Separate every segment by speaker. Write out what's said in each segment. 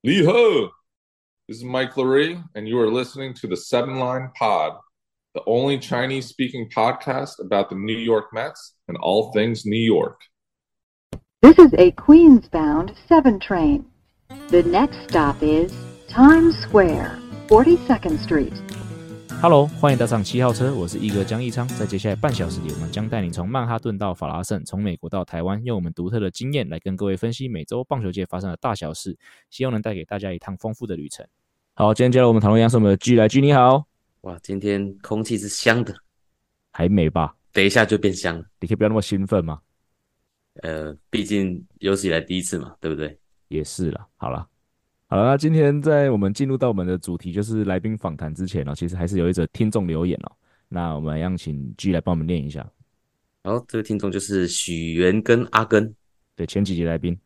Speaker 1: 你好，this is Mike Larry, and you are listening to the Seven Line Pod, the only Chinese speaking podcast about the New York Mets and all things New York.
Speaker 2: This is a Queens bound 7 train. The next stop is Times Square, 42nd Street.
Speaker 3: Hello，欢迎搭上七号车，我是一哥江一昌。在接下来半小时里，我们将带你从曼哈顿到法拉盛，从美国到台湾，用我们独特的经验来跟各位分析每周棒球界发生的大小事，希望能带给大家一趟丰富的旅程。好，今天加入我们讨论央视我们的 G 来 G，你好，
Speaker 4: 哇，今天空气是香的，
Speaker 3: 还美吧？
Speaker 4: 等一下就变香了。
Speaker 3: 你可以不要那么兴奋吗？
Speaker 4: 呃，毕竟有史以来第一次嘛，对不对？
Speaker 3: 也是啦，好啦，好啦，那今天在我们进入到我们的主题，就是来宾访谈之前呢、哦，其实还是有一则听众留言哦。那我们让请 G 来帮我们念一下。
Speaker 4: 然后这位听众就是许源跟阿根，
Speaker 3: 对，前几集来宾，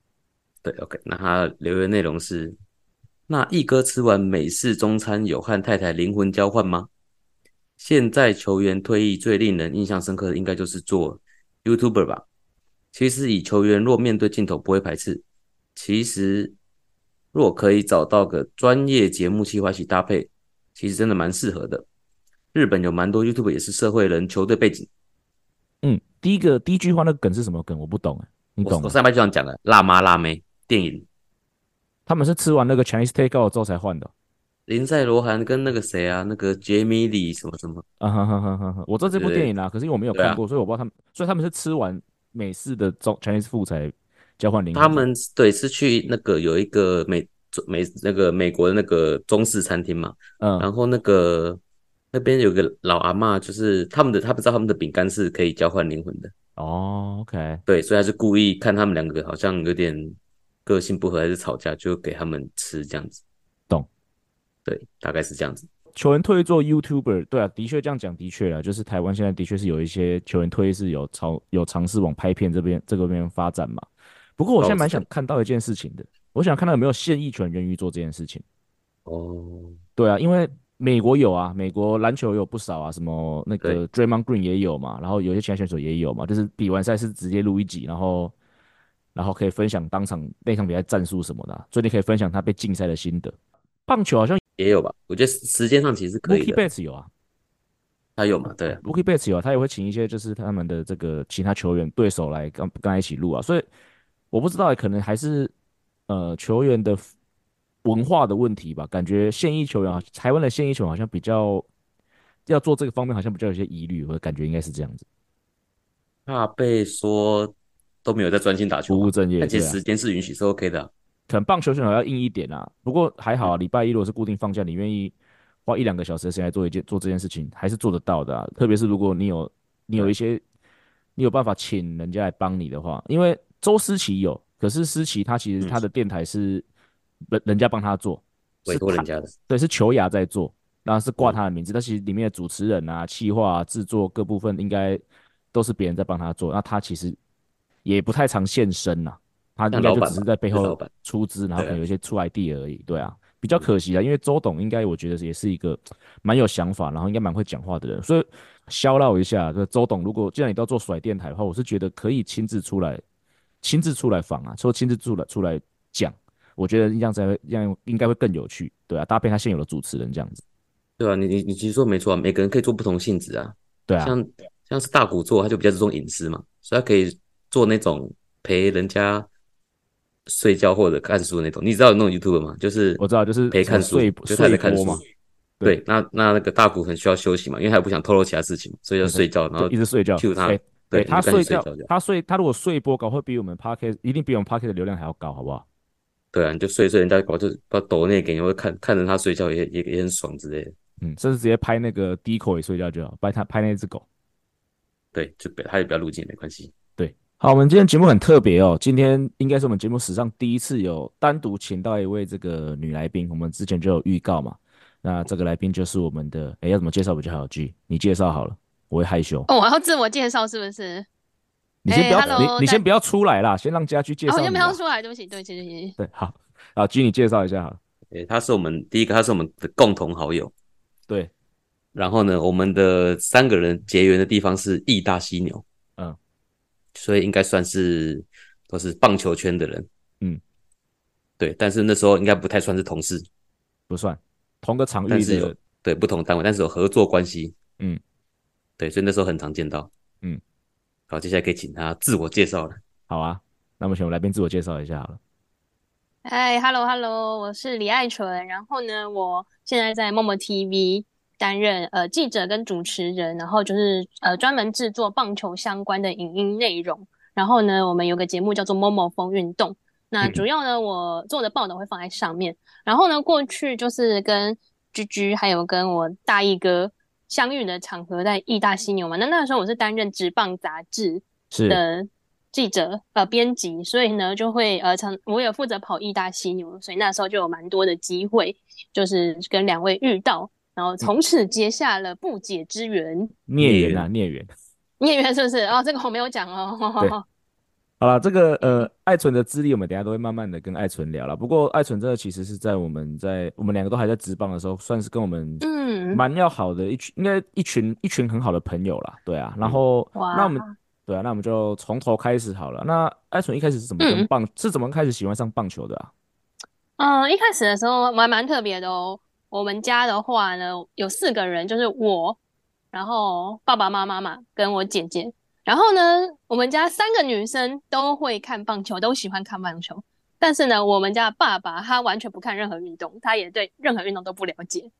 Speaker 4: 对，OK，那他留言内容是：那一哥吃完美式中餐有和太太灵魂交换吗？现在球员退役最令人印象深刻的应该就是做 YouTuber 吧。其实以球员若面对镜头不会排斥，其实若可以找到个专业节目企划一起搭配，其实真的蛮适合的。日本有蛮多 YouTube 也是社会人球队背景，
Speaker 3: 嗯，第一个第一句话那个梗是什么梗？我不懂哎，你
Speaker 4: 我
Speaker 3: 懂
Speaker 4: 我
Speaker 3: 吗？
Speaker 4: 上班就想讲了，辣妈辣妹电影，
Speaker 3: 他们是吃完那个 Chinese takeout 之后才换的哦。
Speaker 4: 林赛罗韩跟那个谁啊，那个杰米里什么什么，
Speaker 3: 啊哈哈哈哈哈！我知道这部
Speaker 4: 对
Speaker 3: 电影啦，可是因为我没有
Speaker 4: 对啊
Speaker 3: 看过，所以我不知道他们，所以他们是吃完美式的中 Chinese food 才交换灵魂。
Speaker 4: 他们对是去那个有一个美美那个美国的那个中式餐厅嘛，
Speaker 3: 嗯，
Speaker 4: 然后那个那边有个老阿嬷，就是他们的，他不知道他们的饼干是可以交换灵魂的，
Speaker 3: 哦，OK，
Speaker 4: 对，所以他是故意看他们两个好像有点个性不合，还是吵架，就给他们吃这样子。
Speaker 3: 懂，
Speaker 4: 对，大概是这样子。
Speaker 3: 球员退役做 YouTuber，对啊，的确这样讲的确啦，就是台湾现在的确是有一些球员退役是有朝有尝试往拍片这边这个边发展嘛。不过我现
Speaker 4: 哦
Speaker 3: 在蛮想看到一件事情的，我想看到有没有现役球员愿意做这件事情。
Speaker 4: 哦，
Speaker 3: 对啊，因为美国有啊，美国篮球有不少啊，什么那个 Draymond Green 也有嘛，然后有一些其他选手也有嘛，就是比完赛是直接录一集，然后然后可以分享当场那场比赛战术什么的啊、所以你可以分享他被禁赛的心得。棒球好像
Speaker 4: 也有吧？我觉得时时间上其实是可以
Speaker 3: Mookie
Speaker 4: 的，
Speaker 3: Betts 有啊
Speaker 4: 他有嘛？对啊，
Speaker 3: ，Mookie Betts 有啊，他也会请一些就是他们的这个其他球员对手来跟跟他一起录啊，所以我不知道欸，可能还是呃球员的文化的问题吧，感觉现役球员啊，台湾的现役球员好像比较要做这个方面，好像比较有些疑虑，我感觉应该是这样子，
Speaker 4: 怕被说都没有在专心打球
Speaker 3: 不
Speaker 4: 嘛
Speaker 3: 务正业，
Speaker 4: 但其
Speaker 3: 对
Speaker 4: 实
Speaker 3: 啊，
Speaker 4: 时间是允许是 OK 的啊、
Speaker 3: 可能棒球选手要硬一点啊，不过还
Speaker 4: 嗯
Speaker 3: 好啊，礼拜一如果是固定放假，你愿意花一两个小时的时间来做一件做这件事情，还是做得到的啊，特别是如果你有你有一些你有办法请人家来帮你的话，因为周思琪有，可是思琪她其实
Speaker 4: 嗯
Speaker 3: 她的电台是人人家帮她做，
Speaker 4: 委
Speaker 3: 是
Speaker 4: 托人
Speaker 3: 她
Speaker 4: 家的。
Speaker 3: 对，是球牙在做，那是挂他的名字，但其实里面的主持人啊、企划、啊、制作各部分应该都是别人在帮他做，那他其实也不太常现身呐、啊他
Speaker 4: 那
Speaker 3: 应该
Speaker 4: 老
Speaker 3: 就
Speaker 4: 板
Speaker 3: 只是
Speaker 4: 吧
Speaker 3: 在背
Speaker 4: 是老
Speaker 3: 后
Speaker 4: 板
Speaker 3: 出资，然后
Speaker 4: 对嗯
Speaker 3: 可
Speaker 4: 啊
Speaker 3: 能有一些出 idea 而已，对啊，比较可惜啊，因为周董应该我觉得也是一个蛮有想法，然后应该蛮会讲话的人，所以消绕一下，这周董，如果既然你都要做甩电台的话，我是觉得可以亲自出来，亲自出来访啊，说亲自出来出来讲。我觉得这样才会，这样应该会更有趣，对啊，搭配他现有的主持人这样子，
Speaker 4: 对啊，你你你其实说没错啊，每个人可以做不同性质啊。
Speaker 3: 对啊，
Speaker 4: 像像是大鼓做，他就比较注重隐私嘛，所以他可以做那种陪人家睡觉或者看书的那种。你知道有那种 YouTube 吗？就是
Speaker 3: 我知道就是
Speaker 4: 陪
Speaker 3: 什么
Speaker 4: 看书
Speaker 3: 睡，
Speaker 4: 就是他在
Speaker 3: 睡
Speaker 4: 看
Speaker 3: 播
Speaker 4: 书
Speaker 3: 嘛，对
Speaker 4: 对，那那那个大鼓很需要休息嘛，因为他也不想透露其他事情，所以要
Speaker 3: 对对
Speaker 4: 睡觉，然
Speaker 3: 就
Speaker 4: 后
Speaker 3: 一直睡觉，
Speaker 4: cue 他
Speaker 3: 哎，
Speaker 4: 对
Speaker 3: 哎
Speaker 4: 你
Speaker 3: 他
Speaker 4: 就赶
Speaker 3: 睡
Speaker 4: 紧睡
Speaker 3: 觉
Speaker 4: 觉这，样
Speaker 3: 他睡，他如果睡播搞会比我们 p o c a s t 一定比我们 p o c a s t 的流量还要高，好不好？
Speaker 4: 对啊，你就睡一睡，人家搞就把抖那给你，会看看着他睡觉也也也很爽之类的。
Speaker 3: 嗯，甚至直接拍那个 d 口也睡觉就好，拍他拍那只狗。
Speaker 4: 对，就不他也不要入境没关系。
Speaker 3: 对，好，我们今天节目很特别哦，今天应该是我们节目史上第一次有单独请到一位这个女来宾，我们之前就有预告嘛。那这个来宾就是我们的，哎，要怎么介绍比较好？G，你介绍好了，我会害羞。
Speaker 5: 哦，我要自我介绍是不是？
Speaker 3: 你先不要，
Speaker 5: 哎，hello，
Speaker 3: 你你先
Speaker 5: 大
Speaker 3: 不要出来啦，先让家居介
Speaker 5: 哦，
Speaker 3: 绍
Speaker 5: 我
Speaker 3: 你
Speaker 5: 就没
Speaker 3: 吧
Speaker 5: 有出来，对不起，对不起，对不起。
Speaker 3: 对，好，好，G，你介绍一下好了。
Speaker 4: 诶，他是我们第一个，他是我们的共同好友。
Speaker 3: 对，
Speaker 4: 然后呢，我们的三个人结缘的地方是义大犀牛，
Speaker 3: 嗯，
Speaker 4: 所以应该算是都是棒球圈的人，
Speaker 3: 嗯，
Speaker 4: 对，但是那时候应该不太算是同事，
Speaker 3: 不算同个场
Speaker 4: 但
Speaker 3: 域
Speaker 4: 是有
Speaker 3: 的，
Speaker 4: 对，不同单位，但是有合作关系。
Speaker 3: 嗯，
Speaker 4: 对，所以那时候很常见到。
Speaker 3: 嗯，
Speaker 4: 好，接下来可以请他自我介绍了。
Speaker 3: 好啊。那么请我来宾自我介绍一下好了。
Speaker 5: 嗨，hello hello，我是李爱纯。然后呢，我现在在默默 TV 担任呃记者跟主持人，然后就是呃专门制作棒球相关的影音内容。然后呢，我们有个节目叫做《某某风运动》，那主要呢我做的报道会放在上面。然后呢，过去就是跟居居还有跟我大义哥相遇的场合在义大犀牛嘛。那那时候我是担任职棒杂志
Speaker 3: 是，
Speaker 5: 的记者呃编辑，所以呢就会呃常我有负责跑义大犀牛，所以那时候就有蛮多的机会，就是跟两位遇到，然后从此结下了不解之缘。
Speaker 3: 孽缘啊，孽缘。
Speaker 5: 孽缘是不是？哦，这个我没有讲哦。
Speaker 3: 好了，这个呃，爱纯的资历我们等一下都会慢慢的跟爱纯聊了。不过爱纯真的其实是在我们在我们两个都还在职棒的时候，算是跟我们
Speaker 5: 嗯，
Speaker 3: 蛮要好的一群，应该一群一群很好的朋友啦。对啊，然后
Speaker 5: 哇
Speaker 3: 那我们对啊，那我们就从头开始好了。那爱纯一开始是怎么跟
Speaker 5: 嗯
Speaker 3: 棒是怎么开始喜欢上棒球的啊？
Speaker 5: 嗯，一开始的时候蛮蛮特别的哦。我们家的话呢，有四个人，就是我，然后爸爸妈妈嘛，跟我姐姐。然后呢，我们家三个女生都会看棒球，都喜欢看棒球。但是呢，我们家的爸爸他完全不看任何运动，他也对任何运动都不了解。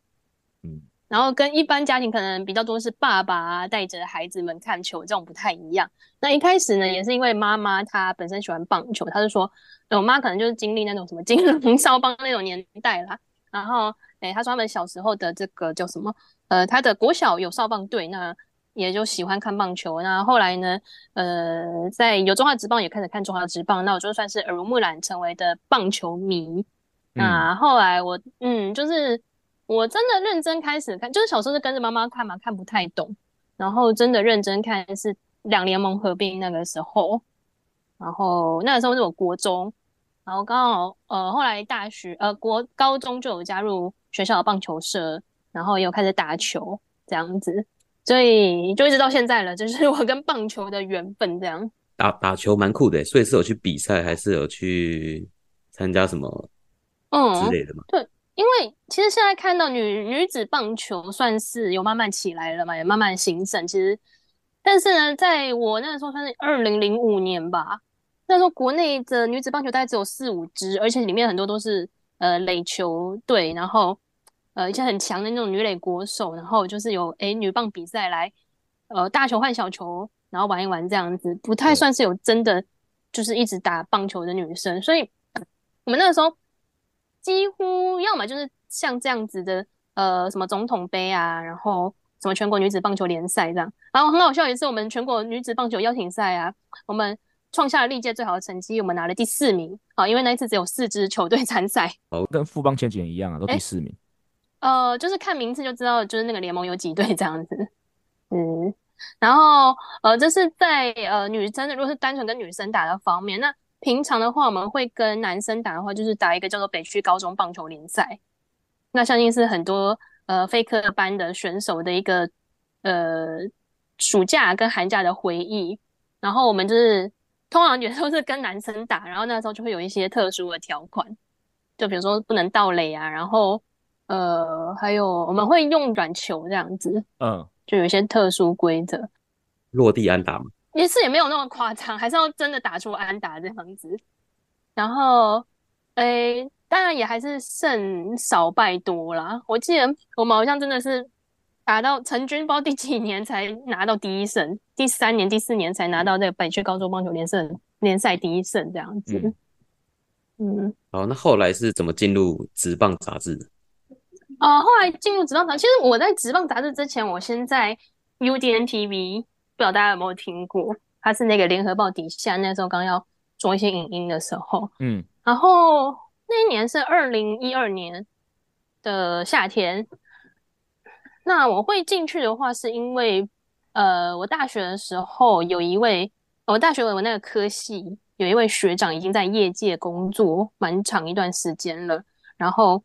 Speaker 3: 嗯，
Speaker 5: 然后跟一般家庭可能比较多是爸爸啊带着孩子们看球，这种不太一样。那一开始呢，也是因为妈妈她本身喜欢棒球，她就说，呃我妈可能就是经历那种什么金融 少帮那种年代啦。然后，诶，她说他们小时候的这个叫什么？呃，她的国小有少棒队，那也就喜欢看棒球。那后来呢，呃，在有中华职棒也开始看中华职棒，那我就算是耳濡目染成为的棒球迷。
Speaker 3: 嗯
Speaker 5: 那后来我，嗯，就是我真的认真开始看，就是小时候是跟着妈妈看嘛，看不太懂，然后真的认真看是两联盟合并那个时候，然后那个时候是我国中，然后刚好呃后来大学呃国高中就有加入学校的棒球社，然后也有开始打球这样子，所以就一直到现在了，就是我跟棒球的缘分这样。
Speaker 4: 打打球蛮酷的，所以是有去比赛，还是有去参加什么
Speaker 5: 嗯
Speaker 4: 之，类的嘛？
Speaker 5: 因为其实现在看到女女子棒球算是有慢慢起来了嘛，也慢慢兴盛。其实，但是呢，在我那个时候算是二零零五年吧，那时候国内的女子棒球大概只有四五支，而且里面很多都是呃垒球队，然后呃一些很强的那种女垒国手，然后就是有诶女棒比赛来呃大球换小球，然后玩一玩这样子，不太
Speaker 4: 对
Speaker 5: 算是有真的就是一直打棒球的女生，所以我们那个时候几乎要么就是像这样子的，呃，什么总统杯啊，然后什么全国女子棒球联赛这样。然后很好笑，也是我们全国女子棒球邀请赛啊，我们创下了历届最好的成绩，我们拿了第四名啊，因为那一次只有四支球队参赛。
Speaker 3: 跟富邦前几年一样啊，都第
Speaker 5: 哎
Speaker 3: 四名。
Speaker 5: 呃，就是看名次就知道，就是那个联盟有几队这样子。嗯，然后呃，这是在呃女生的，如果是单纯跟女生打的方面，那平常的话，我们会跟男生打的话，就是打一个叫做北区高中棒球联赛。那相信是很多呃非科班的选手的一个呃暑假跟寒假的回忆。然后我们就是通常也都是跟男生打，然后那时候就会有一些特殊的条款，就比如说不能盗垒啊，然后。呃，还有我们会用软球这样子，
Speaker 3: 嗯，
Speaker 5: 就有一些特殊规则，
Speaker 4: 落地安打嘛？
Speaker 5: 一次也没有那么夸张，还是要真的打出安打这样子。然后，诶，当然也还是胜少败多啦。我记得我们好像真的是打到成军，不知道第几年才拿到第一胜，第三年、第四年才拿到这个北区高中棒球联胜联赛第一胜这样子。
Speaker 3: 嗯
Speaker 5: 嗯。
Speaker 4: 好，哦那后来是怎么进入职棒杂志的？
Speaker 5: 呃，后来进入职棒杂志，其实我在职棒杂志之前，我先在 UDN TV，不知道大家有没有听过，它是那个联合报底下，那时候刚要做一些影音的时候，
Speaker 3: 嗯，
Speaker 5: 然后那一年是二零一二年的夏天。那我会进去的话，是因为呃，我大学的时候有一位，我大学我那个科系有一位学长已经在业界工作蛮长一段时间了，然后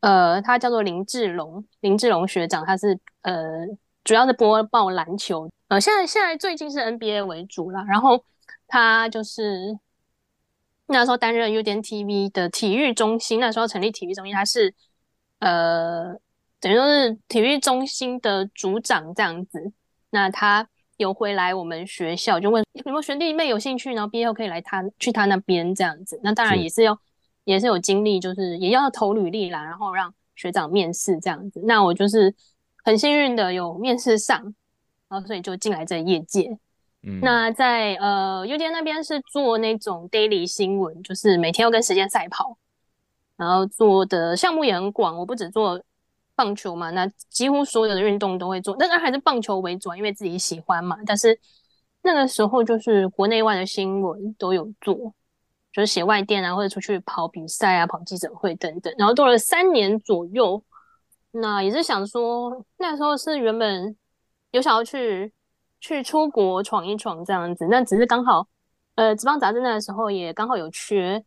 Speaker 5: 呃，他叫做林志龙，林志龙学长，他是呃主要是播报篮球，呃，现在现在最近是 NBA 为主啦，然后他就是那时候担任 UDN TV 的体育中心，那时候成立体育中心，它是呃等于说是体育中心的组长这样子。那他有回来我们学校，就问有没有学弟妹有兴趣，然后毕业后可以来他去他那边这样子。那当然
Speaker 3: 是
Speaker 5: 也是要也是有经历，就是也要投履历啦，然后让学长面试这样子。那我就是很幸运的有面试上，然后所以就进来这业界。
Speaker 3: 嗯，
Speaker 5: 那在呃 UDN 那边是做那种 daily 新闻，就是每天要跟时间赛跑，然后做的项目也很广，我不只做棒球嘛，那几乎所有的运动都会做，但是还是棒球为主啊，因为自己喜欢嘛。但是那个时候就是国内外的新闻都有做，就是写外电啊，或者出去跑比赛啊、跑记者会等等。然后做了三年左右，那也是想说，那时候是原本有想要去去出国闯一闯这样子，那只是刚好，呃，职棒杂志那个时候也刚好有缺，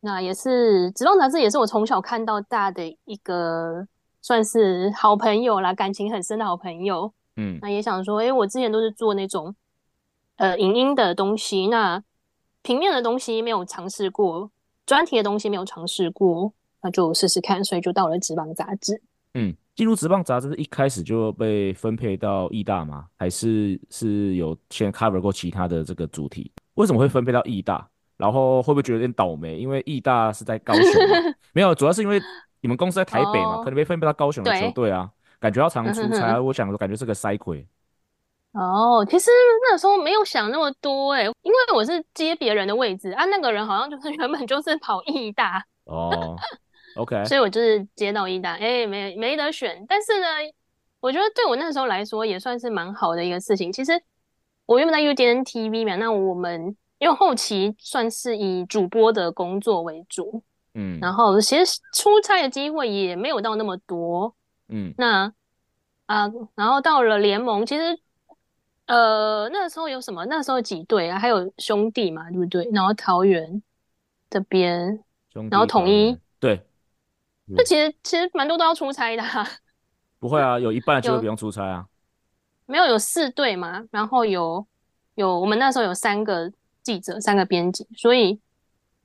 Speaker 5: 那也是职棒杂志也是我从小看到大的一个算是好朋友啦，感情很深的好朋友。
Speaker 3: 嗯
Speaker 5: 那也想说，诶，我之前都是做那种呃影音的东西，那平面的东西没有尝试过，专题的东西没有尝试过，那就试试看，所以就到了职棒杂志。
Speaker 3: 嗯，进入职棒杂志是一开始就被分配到义大吗？还是是有先 cover 过其他的这个主题？为什么会分配到义大？然后会不会觉得有点倒霉？因为义大是在高雄 嘛，没有，主要是因为你们公司在台北嘛，
Speaker 5: 哦
Speaker 3: 可能被分配到高雄的球
Speaker 5: 对
Speaker 3: 队啊，感觉要常
Speaker 5: 嗯
Speaker 3: 出
Speaker 5: 哼
Speaker 3: 差啊。我想说，感觉是个塞鬼。
Speaker 5: 哦，其实那时候没有想那么多诶，因为我是接别人的位置啊，那个人好像就是原本就是跑义大，
Speaker 3: 哦，OK，
Speaker 5: 所以我 就是接到义大，哎，没没得选。但是呢，我觉得对我那时候来说也算是蛮好的一个事情。其实我原本在 UDN TV 嘛，那我们因为后期算是以主播的工作为主，
Speaker 3: 嗯
Speaker 5: 然后其实出差的机会也没有到那么多。
Speaker 3: 嗯
Speaker 5: 那啊、然后到了联盟，其实呃那时候有什么？那时候几队啊？还有兄弟嘛，对不对？然后桃园这边，
Speaker 3: 兄
Speaker 5: 然后
Speaker 3: 弟
Speaker 5: 统
Speaker 3: 桃园
Speaker 5: 一
Speaker 3: 对，
Speaker 5: 那其实其实蛮多都要出差的啊、
Speaker 3: 不会啊，有一半的机会
Speaker 5: 有
Speaker 3: 不用出差啊。
Speaker 5: 没有有四队嘛，然后有有我们那时候有三个记者，三个编辑，所以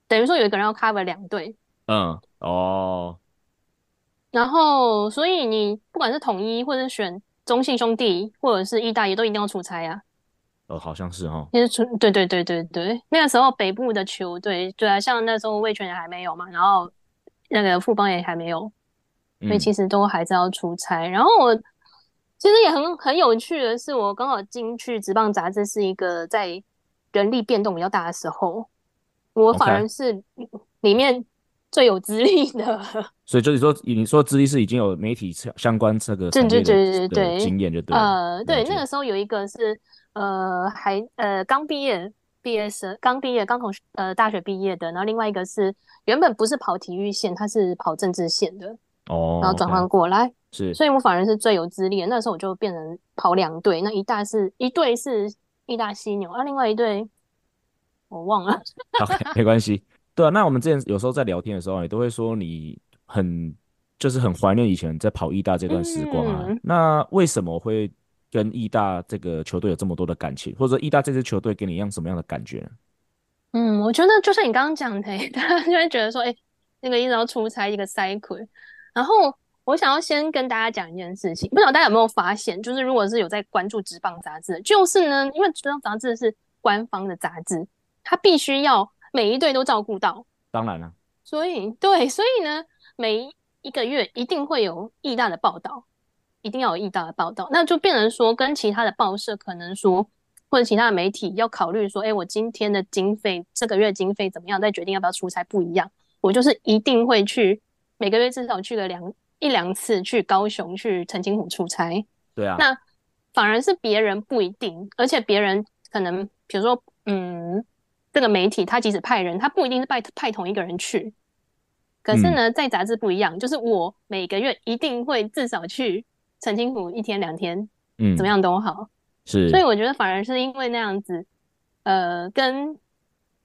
Speaker 5: 等于说有一个人要 cover 两队，
Speaker 3: 嗯，哦，
Speaker 5: 然后所以你不管是统一或者选中信兄弟或者是义大，也都一定要出差啊。
Speaker 3: 哦，好像是哦，
Speaker 5: 因为出对对对对对，那个时候北部的球队，对啊，像那时候味全也还没有嘛，然后那个富邦也还没有，所以
Speaker 3: 嗯
Speaker 5: 其实都还是要出差。然后我其实也很很有趣的是，我刚好进去职棒杂志是一个在人力变动比较大的时候，我反
Speaker 3: OK
Speaker 5: 而是里面最有资历的。
Speaker 3: 所以就是说，你说资历是已经有媒体相相关这个
Speaker 5: 对
Speaker 3: 产
Speaker 5: 对
Speaker 3: 业的
Speaker 5: 对
Speaker 3: 的
Speaker 5: 对对
Speaker 3: 经验就对了。
Speaker 5: 呃，对，
Speaker 3: 了
Speaker 5: 那
Speaker 3: 解
Speaker 5: 个时候有一个是呃还呃刚毕业毕业生，刚毕业刚从呃大学毕业的，然后另外一个是原本不是跑体育线，他是跑政治线的，
Speaker 3: 哦，
Speaker 5: 然后转
Speaker 3: OK，
Speaker 5: 换过来，
Speaker 3: 是
Speaker 5: 所以我反而是最有资历的。那时候我就变成跑两队，那一大是一队是义大犀牛，啊，另外一队我忘了，
Speaker 3: OK，没 关系。对啊，那我们之前有时候在聊天的时候，也都会说你很就是很怀念以前在跑义大这段时光啊
Speaker 5: 嗯。
Speaker 3: 那为什么会跟义大这个球队有这么多的感情，或者说义大这支球队给你一样什么样的感觉呢？
Speaker 5: 嗯，我觉得就像你刚刚讲的 欸，大家就会觉得说，哎、那个一直要出差，一个 cycle。然后我想要先跟大家讲一件事情，不知道大家有没有发现，就是如果是有在关注职棒杂志的，就是呢，因为职棒杂志是官方的杂志，它必须要每一队都照顾到，
Speaker 3: 当然了，
Speaker 5: 所以对，所以呢，每一个月一定会有义大的报道，一定要有义大的报道，那就变成说跟其他的报社可能说，或者其他的媒体要考虑说，哎，我今天的经费，这个月经费怎么样，再决定要不要出差不一样。我就是一定会去，每个月至少去个两一两次去高雄、去澄清湖出差。
Speaker 3: 对啊，
Speaker 5: 那反而是别人不一定，而且别人可能，比如说，嗯，这个媒体他即使派人，他不一定是派派同一个人去。可是呢，在杂志不一样，就是我每个月一定会至少去澄清湖一天两天，
Speaker 3: 嗯，
Speaker 5: 怎么样都好。
Speaker 3: 是
Speaker 5: 所以我觉得反而是因为那样子，呃，跟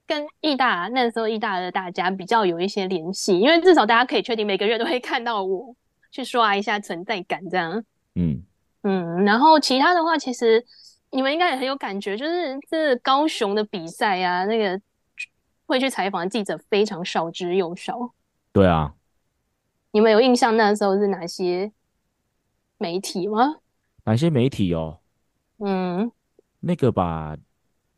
Speaker 5: 跟义大那时候义大的大家比较有一些联系，因为至少大家可以确定每个月都会看到我去刷一下存在感这样。
Speaker 3: 嗯，
Speaker 5: 嗯，然后其他的话，其实你们应该也很有感觉，就是这高雄的比赛啊，那个会去采访的记者非常少之又少。
Speaker 3: 对啊，
Speaker 5: 你们有印象那时候是哪些媒体吗？
Speaker 3: 哪些媒体哦？
Speaker 5: 嗯，
Speaker 3: 那个吧，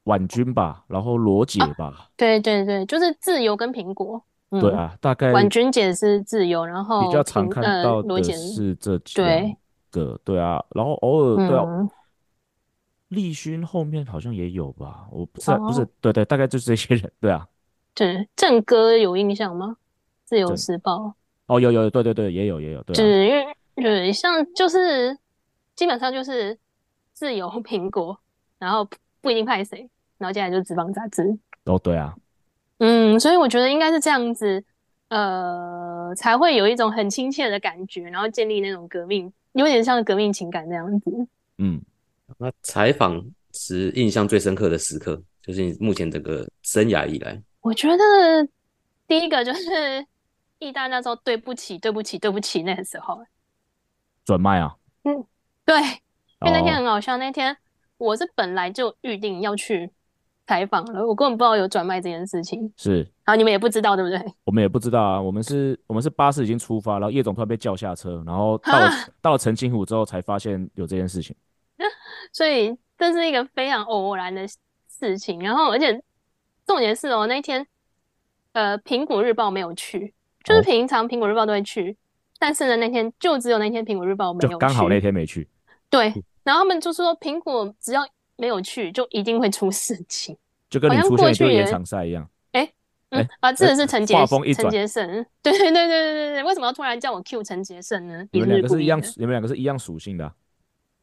Speaker 3: 婉君吧，然后罗姐吧，
Speaker 5: 对对对，就是自由跟苹果。哦嗯，
Speaker 3: 对啊，大概
Speaker 5: 婉君姐是自由，然后
Speaker 3: 比较常
Speaker 5: 苹
Speaker 3: 看
Speaker 5: 呃
Speaker 3: 到
Speaker 5: 罗
Speaker 3: 的
Speaker 5: 姐
Speaker 3: 是这
Speaker 5: 对
Speaker 3: 两个，对啊，然后偶尔对啊，
Speaker 5: 嗯，
Speaker 3: 立勋后面好像也有吧，我不是啊不是
Speaker 5: 哦，
Speaker 3: 对对，大概就是这些人， 对啊，
Speaker 5: 对，郑哥有印象吗？自由
Speaker 3: 郑
Speaker 5: 时报，
Speaker 3: 哦，有有，对对对，也有也有，对
Speaker 5: 就
Speaker 3: 啊，
Speaker 5: 是因为对，像就是基本上就是自由苹果，然后不一定派谁，然后接下来就是职棒杂志。
Speaker 3: 哦对啊，
Speaker 5: 嗯，所以我觉得应该是这样子，呃，才会有一种很亲切的感觉，然后建立那种革命，有点像革命情感那样子。
Speaker 3: 嗯，
Speaker 4: 那采访时印象最深刻的时刻，就是你目前整个生涯以来，
Speaker 5: 我觉得第一个就是义大那时候对不起，对不起，对不起，那个时候，
Speaker 3: 转卖啊，
Speaker 5: 对，因为那天
Speaker 3: 哦
Speaker 5: 很搞笑，那天我是本来就预定要去采访了，我根本不知道有转卖这件事情，
Speaker 3: 是。
Speaker 5: 然后你们也不知道，对不 对？
Speaker 3: 我们也不知道啊，我们是，我们是巴士已经出发，然后叶总突然被叫下车，然后到了
Speaker 5: 哈
Speaker 3: 到了澄清湖之后才发现有这件事情。
Speaker 5: 所以这是一个非常偶然的事情。然后，而且重点是哦，那天呃，《苹果日报》没有去，就是
Speaker 3: 哦
Speaker 5: 平常《苹果日报》都会去，但是呢，那天就只有那天《苹果日报》没
Speaker 3: 就
Speaker 5: 有
Speaker 3: 刚好
Speaker 5: 去。
Speaker 3: 那天嗯没去，
Speaker 5: 对，然后他们就说，苹果只要没有去，就一定会出事情。
Speaker 3: 就跟
Speaker 5: 好
Speaker 3: 你
Speaker 5: 像
Speaker 3: 出
Speaker 5: 过
Speaker 3: 现一
Speaker 5: 去
Speaker 3: 对延
Speaker 5: 也
Speaker 3: 长赛一样。
Speaker 5: 嗯
Speaker 3: 哎
Speaker 5: 啊，这个是陈杰
Speaker 3: 话锋一
Speaker 5: 陈
Speaker 3: 转
Speaker 5: 杰胜，对对对对对对，为什么要突然叫我 Q 陈杰胜呢？
Speaker 3: 你
Speaker 5: 也
Speaker 3: 们两
Speaker 5: 是
Speaker 3: 个
Speaker 5: 故
Speaker 3: 是一
Speaker 5: 意
Speaker 3: 样
Speaker 5: 的，，
Speaker 3: 你们两个是一样属性的啊、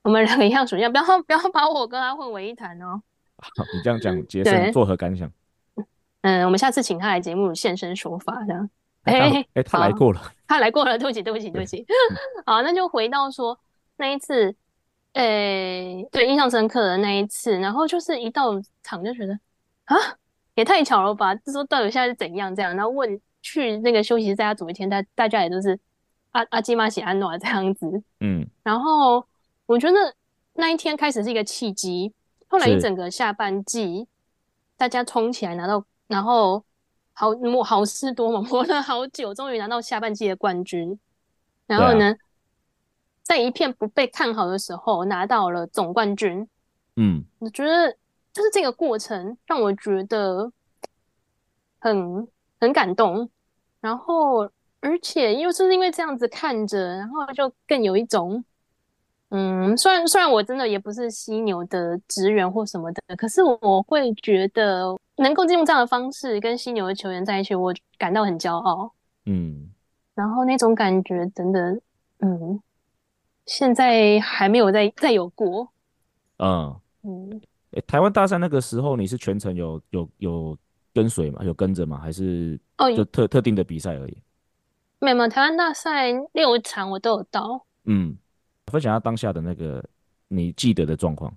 Speaker 5: 我们两个一样属相，不要不要把我跟他混为一谈哦。
Speaker 3: 好你这样讲， 杰森
Speaker 5: 对
Speaker 3: 作何感想？
Speaker 5: 嗯，我们下次请他来节目现身说法，这样。
Speaker 3: 哎、他
Speaker 5: 哎，
Speaker 3: 哎他来
Speaker 5: 好
Speaker 3: 过了，
Speaker 5: 他来过了，对不起，对不起，对不起。 好，那就回到说那一次，诶、对，印象深刻的那一次，然后就是一到场就觉得啊，也太巧了吧，这说到底现在是怎样这样，然后问去那个休息室，大家昨天大大家也都是阿阿基玛喜安诺啊这样子，
Speaker 3: 嗯，
Speaker 5: 然后我觉得那一天开始是一个契机，后来一
Speaker 3: 是
Speaker 5: 整个下半季，大家冲起来拿到，然后好磨好事多嘛， 磨了好久，终于拿到下半季的冠军。然后
Speaker 3: 对啊
Speaker 5: 呢，在一片不被看好的时候拿到了总冠军，
Speaker 3: 嗯，
Speaker 5: 我觉得就是这个过程让我觉得很很感动，然后而且又是因为这样子看着，然后就更有一种，嗯，虽然虽然我真的也不是犀牛的职员或什么的，可是我会觉得能够用这样的方式跟犀牛的球员在一起，我感到很骄傲，
Speaker 3: 嗯，
Speaker 5: 然后那种感觉真的，嗯，现在还没有再再有过，
Speaker 3: 嗯，
Speaker 5: 嗯。
Speaker 3: 哎，台湾大赛那个时候你是全程有有有跟随吗？有跟着吗？还是
Speaker 5: 哦，
Speaker 3: 就特特定的比赛而已？
Speaker 5: 没有没有，台湾大赛六场我都有到。
Speaker 3: 嗯，分享一下当下的那个你记得的状况。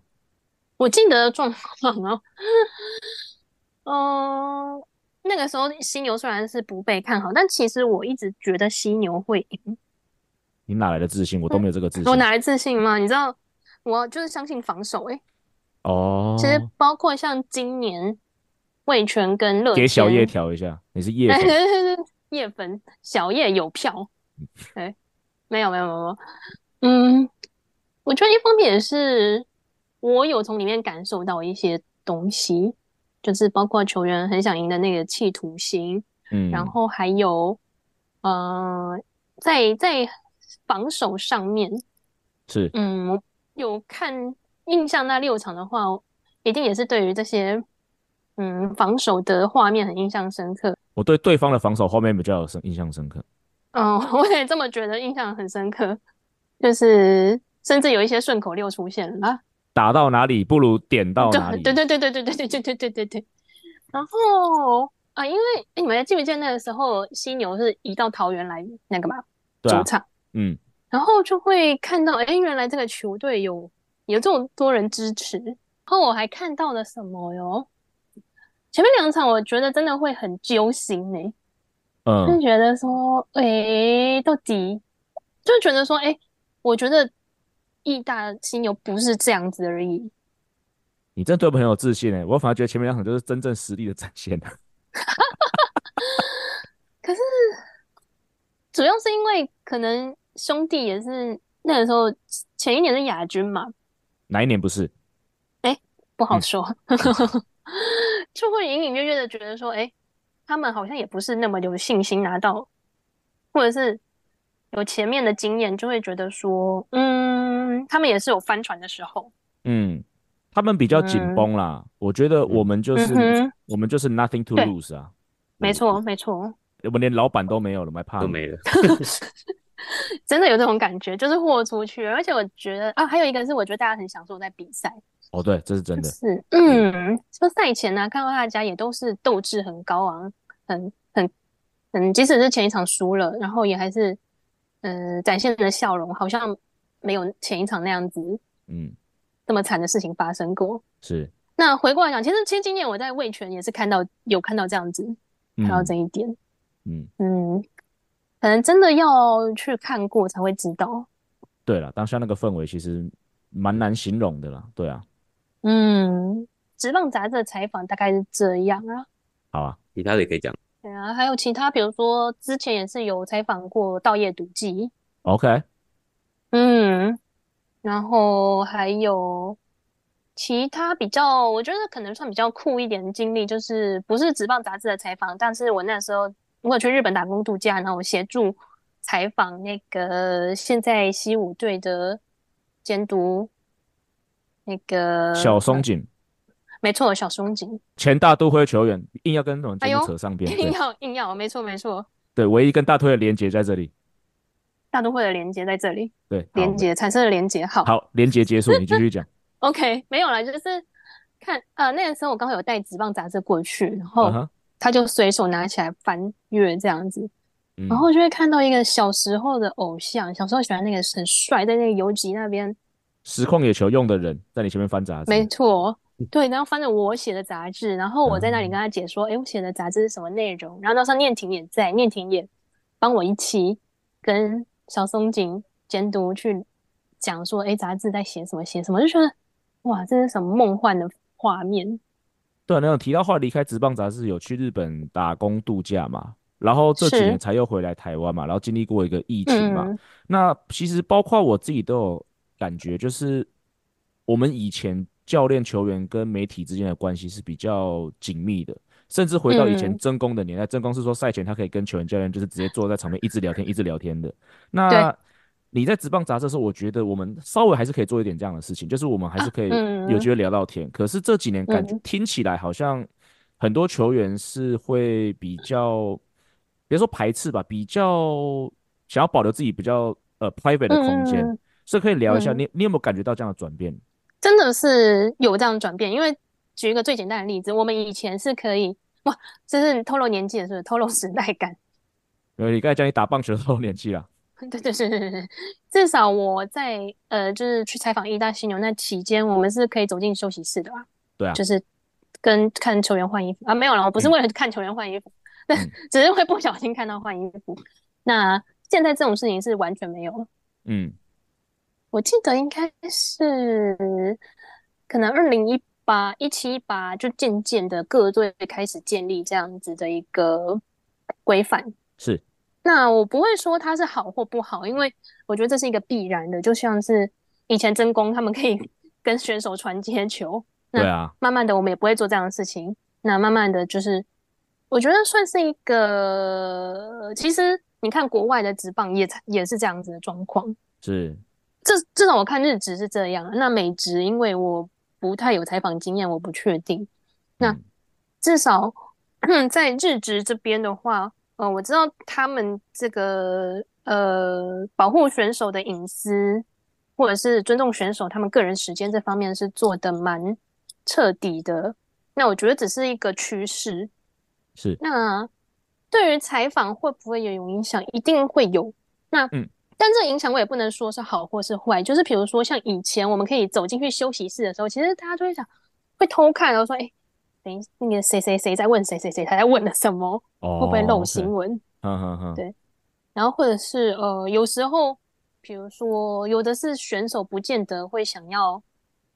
Speaker 5: 我记得的状况哦，嗯，那个时候犀牛虽然是不被看好，但其实我一直觉得犀牛会赢。
Speaker 3: 你哪来的自信？我都没有这个自
Speaker 5: 嗯我
Speaker 3: 信。
Speaker 5: 哪来自信吗？你知道，我就是相信防守、欸。
Speaker 3: 哦，
Speaker 5: 其实包括像今年魏权跟乐
Speaker 3: 给小叶
Speaker 5: 天，
Speaker 3: 调一下，你是叶
Speaker 5: 哎，
Speaker 3: 粉，
Speaker 5: 对对对，叶粉小叶有票，对，没有没有没有，没有嗯，我觉得一方面也是我有从里面感受到一些东西，就是包括球员很想赢的那个企图心，
Speaker 3: 嗯，
Speaker 5: 然后还有，呃，在在防守上面，
Speaker 3: 是
Speaker 5: 嗯，我有看印象那六场的话，一定也是对于这些嗯防守的画面很印象深刻。
Speaker 3: 我对对方的防守后面比较有深印象深刻。
Speaker 5: 嗯，我也这么觉得，印象很深刻。就是甚至有一些顺口溜出现了，
Speaker 3: 打到哪里不如点到哪
Speaker 5: 对
Speaker 3: 里。
Speaker 5: 对对对对对对对对对对对对。然后啊，因为哎，你们还记不记得那个时候犀牛是移到桃园来那个嘛
Speaker 3: 对啊
Speaker 5: 主，场，
Speaker 3: 嗯，
Speaker 5: 然后就会看到哎，诶原来这个球队有有这么多人支持。然后我还看到了什么哟？前面两场我觉得真的会很揪心呢、就
Speaker 3: 嗯，
Speaker 5: 觉得说，诶、到底就觉得说，诶、我觉得义大犀牛不是这样子而已。
Speaker 3: 欸你真的对我们很有自信诶、我反而觉得前面两场就是真正实力的展现。
Speaker 5: 可是主要是因为可能兄弟也是那个时候前一年是亚军嘛，
Speaker 3: 哪一年不是？
Speaker 5: 不好
Speaker 3: 嗯
Speaker 5: 说， 就会隐隐约约的觉得说，哎，他们好像也不是那么有信心拿到，或者是有前面的经验，就会觉得说，嗯，他们也是有翻船的时候。
Speaker 3: 嗯，他们比较紧
Speaker 5: 嗯
Speaker 3: 绷啦。我觉得我们就是、
Speaker 5: 嗯哼
Speaker 3: 我们就是 nothing to
Speaker 5: 对
Speaker 3: lose 啊，
Speaker 5: 没错，没错，
Speaker 3: 我们连老板都没有了，我们还怕
Speaker 5: 啊
Speaker 4: 都
Speaker 3: 你
Speaker 4: 没了。
Speaker 5: 真的有这种感觉，就是豁出去了。而且我觉得啊，还有一个是，我觉得大家很享受在比赛，
Speaker 3: 哦，对，这是真
Speaker 5: 就
Speaker 3: 的。
Speaker 5: 是嗯，说赛前呢、看到大家也都是斗志很高昂，很很嗯，即使是前一场输了，然后也还是嗯、呃展现的笑容，好像没有前一场那样子
Speaker 3: 嗯，
Speaker 5: 这么惨的事情发生过。
Speaker 3: 是，
Speaker 5: 那回过来讲，其实其实今年我在魏权也是看到有看到这样子，看到
Speaker 3: 嗯
Speaker 5: 这一点，
Speaker 3: 嗯，
Speaker 5: 嗯，可能真的要去看过才会知道，
Speaker 3: 对了，当下那个氛围其实蛮难形容的啦。对啊，
Speaker 5: 嗯，职棒杂志的采访大概是这样啊。
Speaker 3: 好啊，
Speaker 4: 其他的也可以讲，
Speaker 5: 对啊，还有其他，比如说之前也是有采访过道业毒剂，
Speaker 3: OK，
Speaker 5: 呃嗯，然后还有其他比较，我觉得可能算比较酷一点的经历，就是不是职棒杂志的采访，但是我那时候我有去日本打工度假，然后我协助采访那个现在西武队的监督，那个
Speaker 3: 小松井，
Speaker 5: 没错，小松井，
Speaker 3: 前大都会球员，硬要跟我们节
Speaker 5: 哎
Speaker 3: 目
Speaker 5: 呦
Speaker 3: 扯上边。
Speaker 5: 硬
Speaker 3: 对
Speaker 5: 要硬要，没错没错，
Speaker 3: 对，唯一跟大推的连接在这里。
Speaker 5: 大都会的连接在这里，
Speaker 3: 对，好
Speaker 5: 连接产生了连接，好。
Speaker 3: 好，连接结束，你继续 讲。
Speaker 5: OK，没有啦，就是看呃，那个时候我刚好有带《职棒》杂志过去，然
Speaker 3: 嗯
Speaker 5: 后
Speaker 3: 哼，
Speaker 5: 他就随手拿起来翻阅这样子，
Speaker 3: 嗯
Speaker 5: 然后就会看到一个小时候的偶像，小时候喜欢那个很帅，在那个游击那边，
Speaker 3: 实况野球用的人在你前面翻杂志。
Speaker 5: 没错，对，然后翻着我写的杂志，然后我在那里跟他解说，诶，我写的杂志是什么内容，然后那时候念婷也在，念婷也帮我一起跟小松井监督去讲说，诶，杂志在写什么写什么，就觉得哇，这是什么梦幻的画面。
Speaker 3: 对啊，那种提到话离开职棒杂志，有去日本打工度假嘛，然后这几
Speaker 5: 是嗯
Speaker 3: 年才又回来台湾嘛，然后经历过一个疫情嘛。那其实包括我自己都有感觉，就是我们以前教练、球员跟媒体之间的关系是比较紧密的，甚至回到以前
Speaker 5: 嗯
Speaker 3: 真功的年代，真功是说赛前他可以跟球员、教练就是直接坐在场边一直聊天、一直聊天的。那你在职棒杂志的时候，我觉得我们稍微还是可以做一点这样的事情，就是我们还是可以
Speaker 5: 嗯
Speaker 3: 有机会聊到天。可是这几年感觉
Speaker 5: 嗯
Speaker 3: 听起来好像很多球员是会比较，别说排斥吧，比较想要保留自己比较呃 private 的空间，
Speaker 5: 嗯
Speaker 3: 所以可以聊一下，
Speaker 5: 嗯
Speaker 3: 你你有没有感觉到这样的转变？
Speaker 5: 真的是有这样转变。因为举一个最简单的例子，我们以前是可以哇，这是透露年纪的是不是透露时代感。
Speaker 3: 因为你刚才讲你打棒球的时候年 纪啦，
Speaker 5: 对对对对对对，至少我在呃，就是去采访义大犀牛那期间，我们是可以走进休息室的啊，
Speaker 3: 对啊，
Speaker 5: 就是跟看球员换衣服啊，没有啦，我不是为了看球员换衣服，但
Speaker 3: 嗯
Speaker 5: 只是会不小心看到换衣服。那现在这种事情是完全没有了。
Speaker 3: 嗯，
Speaker 5: 我记得应该是可能二零一八、一七、一八，就渐渐的各队开始建立这样子的一个规范。
Speaker 3: 是，
Speaker 5: 那我不会说它是好或不好，因为我觉得这是一个必然的，就像是以前真宫他们可以 跟选手传接球，那
Speaker 3: 对啊，
Speaker 5: 慢慢的我们也不会做这样的事情。那慢慢的就是，我觉得算是一个，其实你看国外的职棒也也是这样子的状况。
Speaker 3: 是，
Speaker 5: 这至少我看日职是这样，啊那美职因为我不太有采访经验，我不确定。那
Speaker 3: 嗯
Speaker 5: 至少 在日职这边的话，呃，我知道他们这个呃保护选手的隐私，或者是尊重选手他们个人时间这方面是做的蛮彻底的。那我觉得只是一个趋势，
Speaker 3: 是，
Speaker 5: 那对于采访会不会也有影响？一定会有。那
Speaker 3: 嗯
Speaker 5: 但这个影响我也不能说是好或是坏，就是比如说像以前我们可以走进去休息室的时候，其实大家就会想会偷看，然后说：“哎，等一那个谁谁谁在问谁谁谁他在问了什么，
Speaker 3: 哦，
Speaker 5: 会不会漏
Speaker 3: OK
Speaker 5: 新？闻？”
Speaker 3: 哼哼哼，
Speaker 5: 对然后或者是呃，有时候，比如说有的是选手不见得会想要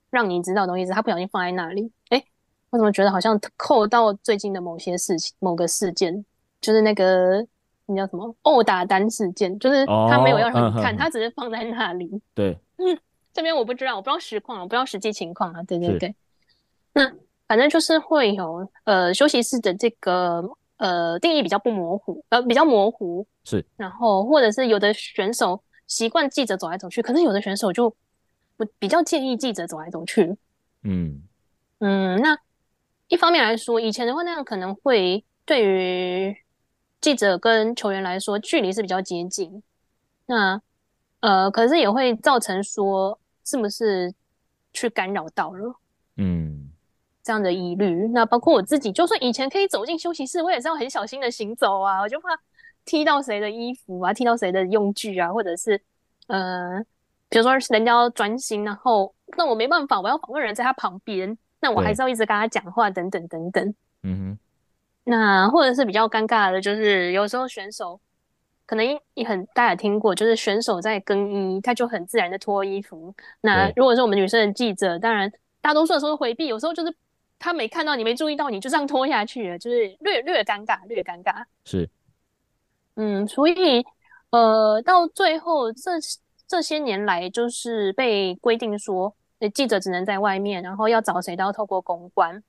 Speaker 5: 让你知道的东西，只是他不小心放在那里。哎，我怎么觉得好像扣到最近的某些事情、某个事件，就是那个那叫什么殴打单事件，就是他没有要
Speaker 3: 哦
Speaker 5: 让
Speaker 3: 嗯
Speaker 5: 你
Speaker 3: 哼
Speaker 5: 看，
Speaker 3: 哼
Speaker 5: 他只是放在那里。
Speaker 3: 对，
Speaker 5: 这边我不知道，我不知道实况，我不知道实际情况啊。对对
Speaker 3: 是
Speaker 5: 对，那反正就是会有呃休息室的这个呃定义比较不模糊，呃比较模糊。
Speaker 3: 是，
Speaker 5: 然后或者是有的选手习惯记者走来走去，可是有的选手就不比较建议记者走来走去。
Speaker 3: 嗯，
Speaker 5: 嗯，那一方面来说，以前的话那样可能会对于记者跟球员来说，距离是比较接近。那呃，可是也会造成说是不是去干扰到了
Speaker 3: 嗯，
Speaker 5: 这样的疑虑。那包括我自己，就算以前可以走进休息室，我也是要很小心的行走啊，我就怕踢到谁的衣服啊，踢到谁的用具啊，或者是呃，比如说是人家要专心，然后那我没办法，我要访问人在他旁边，那我还
Speaker 3: 对
Speaker 5: 是要一直跟他讲话，等等等等。
Speaker 3: 嗯哼，
Speaker 5: 那或者是比较尴尬的，就是有时候选手可能也很大家也听过，就是选手在更衣，他就很自然的脱衣服。那
Speaker 3: 对
Speaker 5: 如果是我们女生的记者，当然大多数的时候都回避，有时候就是他没看到你，没注意到你，就这样脱下去了，就是略略尴尬，略尴尬。
Speaker 3: 是，
Speaker 5: 嗯，所以呃，到最后这这些年来，就是被规定说，呃，记者只能在外面，然后要找谁都要透过公关。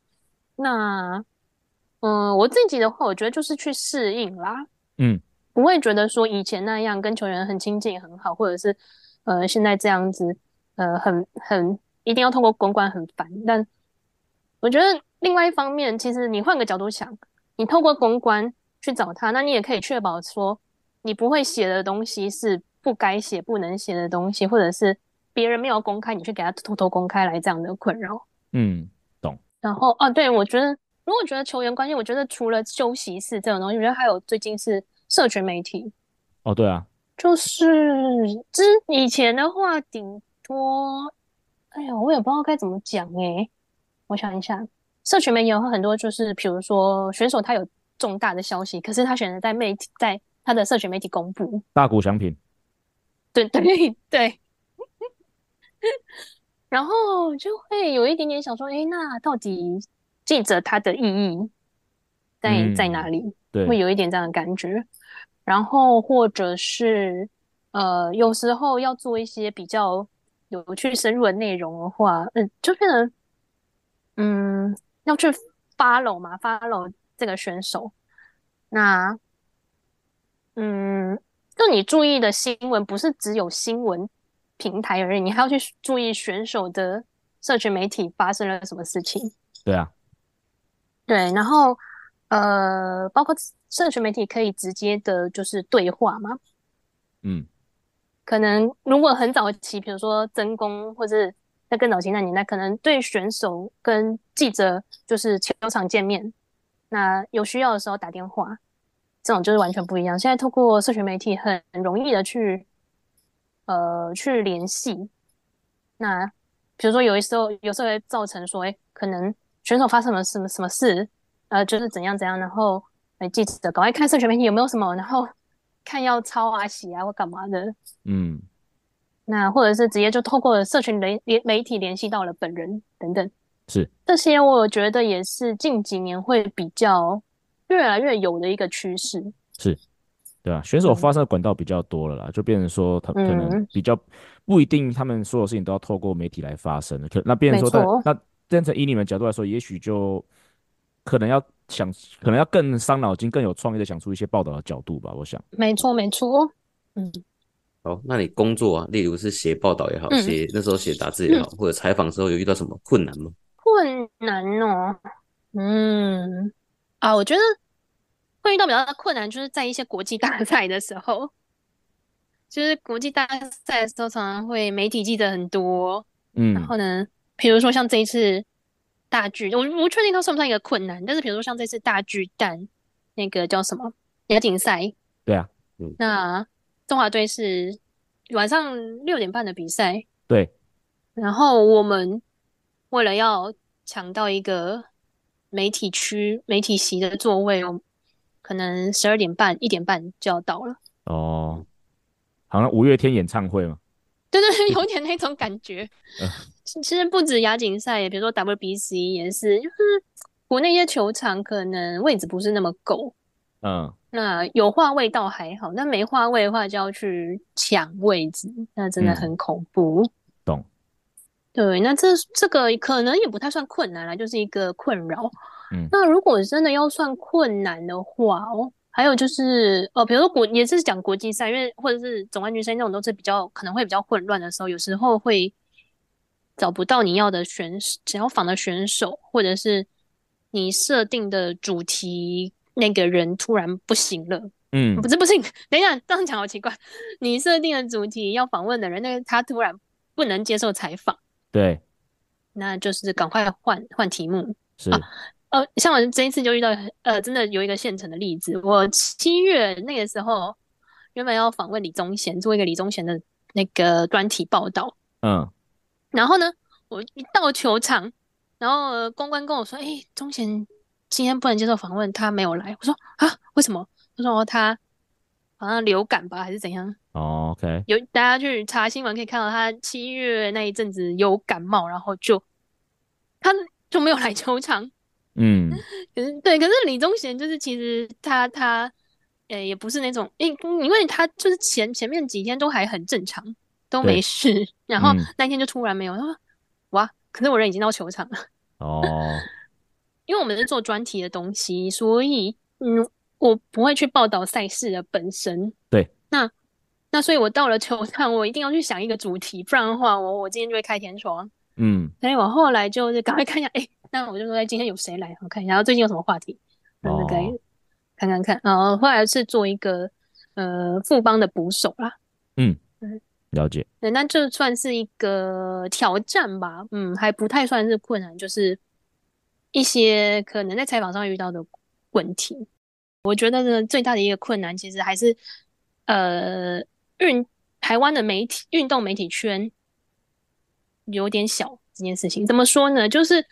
Speaker 5: 那嗯、呃我自己的话，我觉得就是去适应啦，
Speaker 3: 嗯，
Speaker 5: 不会觉得说以前那样跟球员很亲近很好，或者是呃现在这样子，呃，很很一定要透过公关很烦。但我觉得另外一方面，其实你换个角度想。你透过公关去找他，那你也可以确保说你不会写的东西是不该写、不能写的东西，或者是别人没有公开，你去给他偷偷公开来这样的困扰。
Speaker 3: 嗯，
Speaker 5: 然后，哦，对，我觉得如果觉得球员关系，我觉得除了休息室这种东西，我觉得还有最近是社群媒体，
Speaker 3: 哦，对啊，
Speaker 5: 就是之以前的话，顶多，哎呀，我也不知道该怎么讲诶。我想一下，社群媒体有很多，就是比如说选手他有重大的消息，可是他选择在媒体在他的社群媒体公布，
Speaker 3: 大谷翔平，
Speaker 5: 对 对对，然后就会有一点点想说，诶，那到底记者他的意义在在哪
Speaker 3: 嗯
Speaker 5: 里？
Speaker 3: 对，
Speaker 5: 会有一点这样的感觉。然后或者是呃，有时候要做一些比较有趣深入的内容的话，嗯，就变成嗯要去 follow 嘛，follow 这个选手。那嗯，就你注意的新闻不是只有新闻平台而已，你还要去注意选手的社群媒体发生了什么事情。
Speaker 3: 对啊，
Speaker 5: 对，然后呃，包括社群媒体可以直接的，就是对话嘛。
Speaker 3: 嗯，
Speaker 5: 可能如果很早期，比如说真宫，或是在更早期那年代，可能对选手跟记者就是球场见面，那有需要的时候打电话，这种就是完全不一样。现在透过社群媒体很很容易的去呃去联系，那比如说有一时候有时候会造成说，哎，可能选手发生了什么什么事，呃，就是怎样怎样，然后哎记者赶快看社群媒体有没有什么，然后 看要抄啊、洗啊或干嘛的。
Speaker 3: 嗯，
Speaker 5: 那或者是直接就透过社群联联媒体联系到了本人等等，
Speaker 3: 是，
Speaker 5: 这些我觉得也是近几年会比较越来越有的一个趋势。
Speaker 3: 对啊，选手
Speaker 5: 嗯
Speaker 3: 发生的管道比较多了啦，就变成说他可能
Speaker 5: 嗯
Speaker 3: 比较不一定，他们所有事情都要透过媒体来发生的，可那变成
Speaker 5: 没
Speaker 3: 说在，
Speaker 5: 错
Speaker 3: 那变成以你们角度来说，也许就可能要想，可能要更伤脑筋、更有创意的想出一些报道的角度吧，我想。
Speaker 5: 没错，没错，嗯，
Speaker 4: 好，哦那你工作啊，例如是写报道也好，
Speaker 5: 嗯
Speaker 4: 写那时候写杂志也好，或者采访的时候有遇到什么困难吗？
Speaker 5: 困难哦，嗯，啊，我觉得会遇到比较大的困难，就是在一些国际大赛的时候，就是国际大赛的时候，常常会媒体记者很多，
Speaker 3: 嗯
Speaker 5: 然后呢，比如说像这一次大巨，我我不确定它算不算一个困难，但是比如说像这次大巨蛋那个叫什么亚锦赛，
Speaker 3: 对啊，
Speaker 5: 那中华队是晚上六点半的比赛，
Speaker 3: 对，
Speaker 5: 然后我们为了要抢到一个媒体区媒体席的座位，我们可能十二点半一点半就要到了。
Speaker 3: 哦，好像五月天演唱会嘛，
Speaker 5: 对对对，有点那种感觉
Speaker 3: 嗯。
Speaker 5: 其其实不止亚锦赛，比如说 WBC 也是，就是国内一些球场可能位置不是那么够，
Speaker 3: 嗯，
Speaker 5: 那有话位倒还好，那没话位的话就要去抢位置，那真的
Speaker 3: 嗯
Speaker 5: 很恐怖。
Speaker 3: 懂。
Speaker 5: 对，那这这个可能也不太算困难啦，就是一个困扰。
Speaker 3: 嗯
Speaker 5: 那如果真的要算困难的话哦，还有就是呃，比如说国也是讲国际赛，因为或者是总冠军赛那种都是比较可能会比较混乱的时候，有时候会找不到你要的选手，想要访的选手，或者是你设定的主题那个人突然不行了，
Speaker 3: 嗯
Speaker 5: 不是不行，等一下这样讲好奇怪，你设定的主题要访问的人，那个他突然不能接受采访，
Speaker 3: 对，
Speaker 5: 那就是赶快换换题目。
Speaker 3: 是，
Speaker 5: 呃，像我这一次就遇到很，呃，真的有一个现成的例子。我七月那个时候，原本要访问李宗贤，做一个李宗贤的那个专题报道。
Speaker 3: 嗯
Speaker 5: 然后呢，我一到球场，然后呃公关跟我说：“哎，钟贤今天不能接受访问，他没有来。”我说：“啊，为什么？”他说：“哦他好像流感吧，还是怎样？”
Speaker 3: 哦，OK，
Speaker 5: 有大家去查新闻可以看到，他七月那一阵子有感冒，然后就他就没有来球场。
Speaker 3: 嗯
Speaker 5: 可是对，可是李宗贤就是其实他他呃也不是那种，因因为他就是前前面几天都还很正常，都
Speaker 3: 对
Speaker 5: 没事，然后
Speaker 3: 嗯
Speaker 5: 那天就突然没有，他说哇，可是我人已经到球场了，
Speaker 3: 哦，
Speaker 5: 因为我们是做专题的东西，所以嗯，我不会去报道赛事的本身。
Speaker 3: 对，
Speaker 5: 那那所以我到了球场，我一定要去想一个主题，不然的话我，我今天就会开天窗。
Speaker 3: 嗯
Speaker 5: 所以我后来就是赶快看一下，哎，那我就说，哎，今天有谁来？我看一下，然后最近有什么话题，那那个
Speaker 3: 哦
Speaker 5: 看看看。然后后来是做一个呃富邦的捕手啦，
Speaker 3: 了解，
Speaker 5: 对，那这算是一个挑战吧，嗯，还不太算是困难，就是一些可能在采访上遇到的问题。我觉得呢，最大的一个困难其实还是呃运台湾的媒体运动媒体圈有点小这件事情。怎么说呢？就是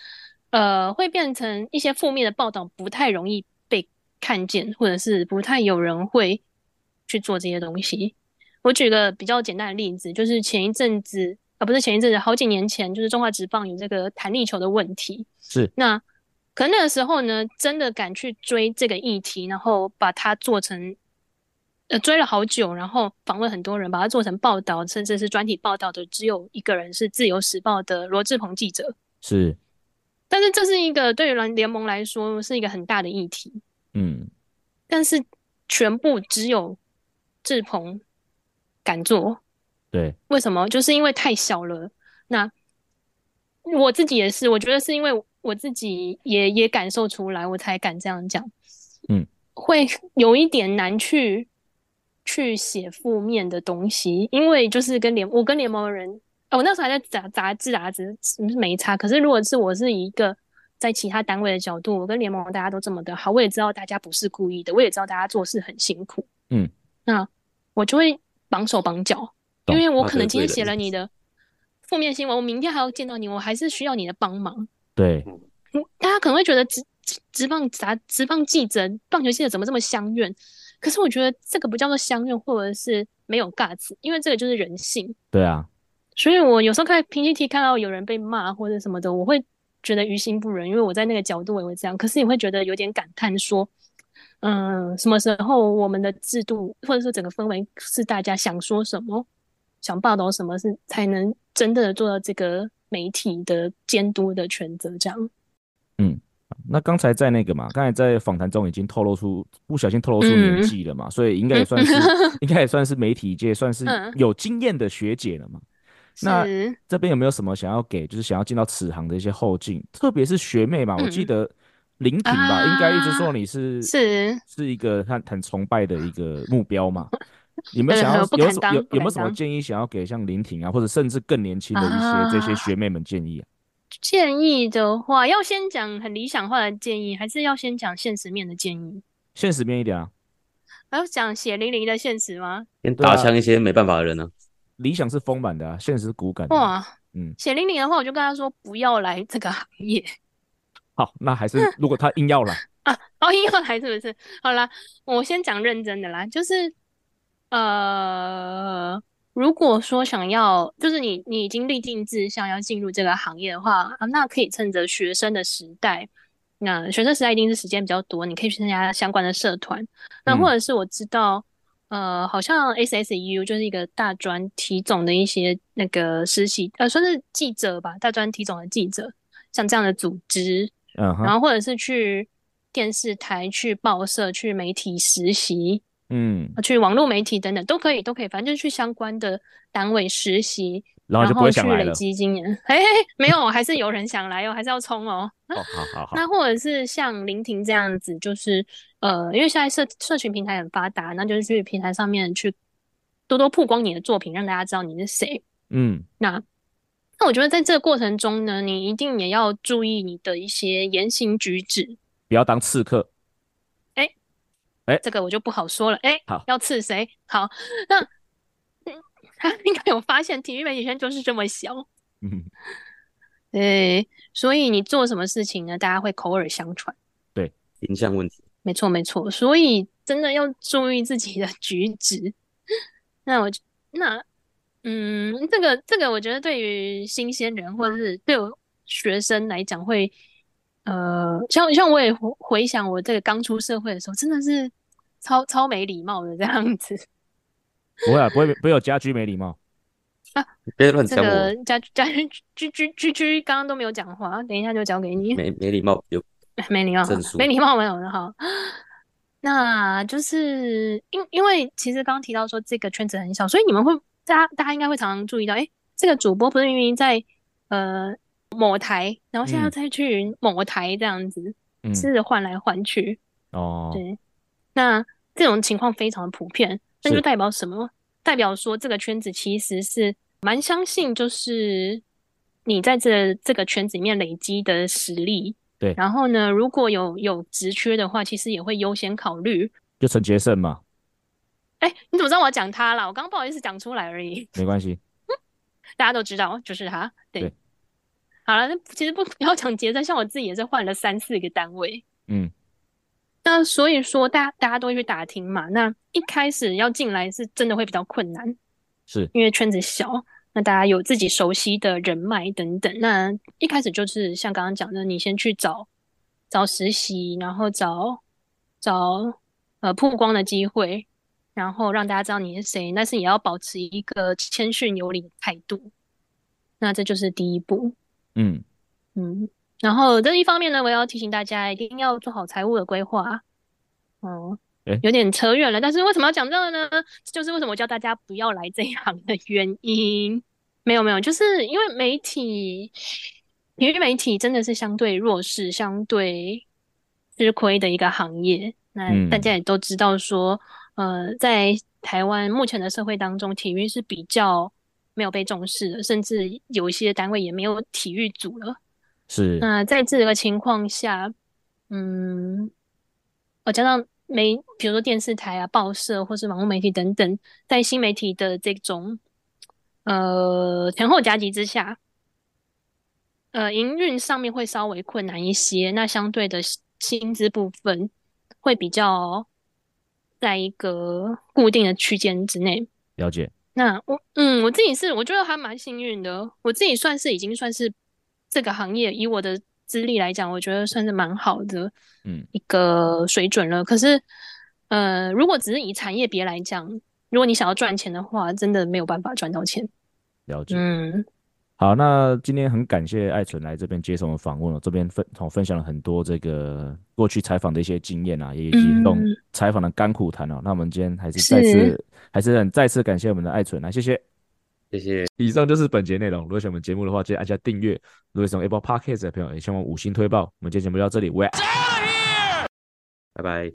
Speaker 5: 呃会变成一些负面的报道不太容易被看见，或者是不太有人会去做这些东西。我举个比较简单的例子，就是前一阵子啊，不是前一阵子，好几年前，就是中华职棒有这个弹力球的问题。
Speaker 3: 是，
Speaker 5: 那可能那个时候呢，真的敢去追这个议题，然后把它做成，呃，追了好久，然后访问很多人，把它做成报道，甚至是专题报道的，只有一个人是《自由时报》的罗志鹏记者。
Speaker 3: 是，
Speaker 5: 但是这是一个对于联联盟来说是一个很大的议题，
Speaker 3: 嗯
Speaker 5: 但是全部只有志鹏敢做。
Speaker 3: 对，
Speaker 5: 为什么？就是因为太小了。那我自己也是，我觉得是因为我自己也也感受出来，我才敢这样讲。
Speaker 3: 嗯，
Speaker 5: 会有一点难去去写负面的东西，因为就是跟联我跟联盟的人，哦，我那时候还在杂杂志啊，只是没差。可是如果是我是以一个在其他单位的角度，我跟联盟大家都这么的好，我也知道大家不是故意的，我也知道大家做事很辛苦。
Speaker 3: 嗯，
Speaker 5: 那我就会绑手绑脚。因
Speaker 3: 懂
Speaker 5: 为我
Speaker 4: 怕
Speaker 5: 可
Speaker 4: 得
Speaker 5: 能今
Speaker 4: 罪
Speaker 5: 天写
Speaker 4: 人
Speaker 5: 了你的负面新闻，我明天还要见到你，我还是需要你的帮忙。
Speaker 3: 对，
Speaker 5: 嗯大家可能会觉得职职职棒杂职棒记者、棒球记者怎么这么相怨？可是我觉得这个不叫做相怨，或者是没有 guts，因为这个就是人性。
Speaker 3: 对啊，
Speaker 5: 所以我有时候看 PPT 看到有人被骂或者什么的，我会觉得于心不忍，因为我在那个角度我也会这样。可是也会觉得有点感叹，说，嗯，什么时候我们的制度或者说整个氛围是大家想说什么、想报道什么是才能真的做到这个媒体的监督的权责这样。
Speaker 3: 那刚才在那个嘛，刚才在访谈中已经透露出不小心透露出年
Speaker 5: 嗯
Speaker 3: 纪了嘛，所以应该也算 是应该也算是媒体界算是
Speaker 5: 嗯
Speaker 3: 有经验的学姐了嘛。那
Speaker 5: 是，
Speaker 3: 这边有没有什么想要给，就是想要进到此行的一些后进，特别是学妹嘛？我记
Speaker 5: 嗯
Speaker 3: 得林婷吧，应该一直
Speaker 5: 啊
Speaker 3: 说你是
Speaker 5: 是
Speaker 3: 是一个很很崇拜的一个目标 嘛。有没有
Speaker 5: 对
Speaker 3: 想要
Speaker 5: 我不
Speaker 3: 有
Speaker 5: 敢
Speaker 3: 什
Speaker 5: 当
Speaker 3: 有
Speaker 5: 不
Speaker 3: 有没有
Speaker 5: 敢
Speaker 3: 什么
Speaker 5: 当
Speaker 3: 建议想要给像林婷啊，或者甚至更年轻的一些这些
Speaker 5: 啊
Speaker 3: 学妹们建议啊？
Speaker 5: 建议的话，要先讲很理想化的建议，还是要先讲现实面的建议？
Speaker 3: 现实面一点啊，
Speaker 5: 还要讲血淋淋的现实吗？
Speaker 4: 先
Speaker 3: 对啊
Speaker 4: 打枪一些没办法的人啊呢、
Speaker 3: 理想是丰满的啊，现实是骨感的啊。
Speaker 5: 哇，
Speaker 3: 嗯，
Speaker 5: 血淋淋的话，我就跟他说不要来这个行业
Speaker 3: 好，那还是
Speaker 5: 嗯
Speaker 3: 如果她硬要来，
Speaker 5: 啊。哦，要来是不是？好啦，我先讲认真的啦，就是呃，如果说想要，就是你你已经立定志向要进入这个行业的话，啊，那可以趁着学生的时代，那学生时代一定是时间比较多，你可以去参加相关的社团。那或者是我知道，呃，好像 SSU 就是一个大专体总的一些那个实习，呃，算是记者吧，大专体总的记者，像这样的组织，
Speaker 3: 嗯哼，
Speaker 5: 然后或者是去电视台、去报社、去媒体实习。
Speaker 3: 嗯，
Speaker 5: 去网络媒体等等都可以，都可以，反正就是去相关的单位实习，
Speaker 3: 然后就不会想
Speaker 5: 去
Speaker 3: 来
Speaker 5: 累
Speaker 3: 了。
Speaker 5: 积经验。哎、没有，还是有人想来哦，还是要冲哦。
Speaker 3: 哦，好好好，
Speaker 5: 那或者是像林婷这样子，就是呃，因为现在社社群平台很发达，那就是去平台上面去多多曝光你的作品，让大家知道你是谁。
Speaker 3: 嗯
Speaker 5: 那那我觉得在这个过程中呢，你一定也要注意你的一些言行举止，
Speaker 3: 不要当刺客。
Speaker 5: 这个我就不好说了。哎，
Speaker 3: 好
Speaker 5: 要刺谁？好，那嗯，应该有发现，体育媒体圈就是这么小。
Speaker 3: 嗯，
Speaker 5: 对，所以你做什么事情呢？大家会口耳相传。
Speaker 4: 形象问题，
Speaker 5: 没错，没错。所以真的要注意自己的举止。那我就那嗯，这个这个，我觉得对于新鲜人或者是对我学生来讲会，呃，像像我也回回想我这个刚出社会的时候，真的是超超没礼貌的这样子。
Speaker 3: 不会啊，不会，不会有家居没礼貌。
Speaker 4: 你别乱
Speaker 5: 这
Speaker 4: 讲我
Speaker 5: 个，家家 居居居居刚刚都没有讲话，等一下就交给你。
Speaker 4: 没没礼貌，有
Speaker 5: 没礼貌
Speaker 4: 证，书
Speaker 5: 没礼貌，没有好。那就是因因为其实刚刚提到说这个圈子很小，所以你们会大家大家应该会常常注意到，哎，这个主播不是明明在呃某台，然后现在
Speaker 3: 嗯
Speaker 5: 又再去某台这样子，
Speaker 3: 嗯，
Speaker 5: 是换来换去。
Speaker 3: 哦，
Speaker 5: 对，那这种情况非常普遍，那
Speaker 3: 是
Speaker 5: 就代表什么？代表说这个圈子其实是蛮相信，就是你在这这个圈子里面累积的实力。
Speaker 3: 对
Speaker 5: 然后呢，如果有有职缺的话，其实也会优先考虑。
Speaker 3: 就陈杰胜嘛，
Speaker 5: 哎，你怎么知道我要讲他啦？我刚刚不好意思讲出来而已，
Speaker 3: 没关系。
Speaker 5: 大家都知道就是他。对，
Speaker 3: 对
Speaker 5: 好了，那其实不不要讲结账，像我自己也是换了三四个单位。
Speaker 3: 嗯，
Speaker 5: 那所以说，大家大家都会去打听嘛。那一开始要进来是真的会比较困难，
Speaker 3: 是
Speaker 5: 因为圈子小，那大家有自己熟悉的人脉等等。那一开始就是像刚刚讲的，你先去找找实习，然后找找呃曝光的机会，然后让大家知道你是谁。但是也要保持一个谦逊有礼的态度。那这就是第一步。
Speaker 3: 嗯，
Speaker 5: 嗯，然后这一方面呢，我也要提醒大家，一定要做好财务的规划。啊哦
Speaker 3: 诶，
Speaker 5: 有点扯远了，但是为什么要讲这个呢？这就是为什么我叫大家不要来这一行的原因。没有没有，就是因为媒体，体育媒体真的是相对弱势、相对吃亏的一个行业。那
Speaker 3: 嗯
Speaker 5: 大家也都知道说，呃，在台湾目前的社会当中，体育是比较没有被重视的，甚至有一些单位也没有体育组了。
Speaker 3: 是，
Speaker 5: 那在这个情况下，嗯，我加上媒，比如说电视台啊、报社或是网络媒体等等，在新媒体的这种呃前后夹击之下，呃，营运上面会稍微困难一些。那相对的薪薪资部分会比较在一个固定的区间之内。
Speaker 3: 了解。
Speaker 5: 那我嗯，我自己是我觉得还蛮幸运的，我自己算是已经算是这个行业以我的资历来讲，我觉得算是蛮好的
Speaker 3: 嗯
Speaker 5: 一个水准了。可是，呃，如果只是以产业别来讲，如果你想要赚钱的话，真的没有办法赚到钱。
Speaker 3: 了解。
Speaker 5: 嗯，
Speaker 3: 好，那今天很感谢艾纯来这边接受我们访问哦，这边分哦分享了很多这个过去采访的一些经验啊，也以及这种
Speaker 5: 嗯
Speaker 3: 采访的甘苦谈哦。那我们今天还是再
Speaker 5: 是
Speaker 3: 次，还是很再次感谢我们的艾纯，啊来谢谢。
Speaker 4: 谢谢，
Speaker 3: 以上就是本节内容。如果喜欢我们节目的话，记得按下订阅。如果是用 Apple Podcast 的朋友，也希望五星推爆。我们今天节目就到这里，喂。
Speaker 4: 拜拜。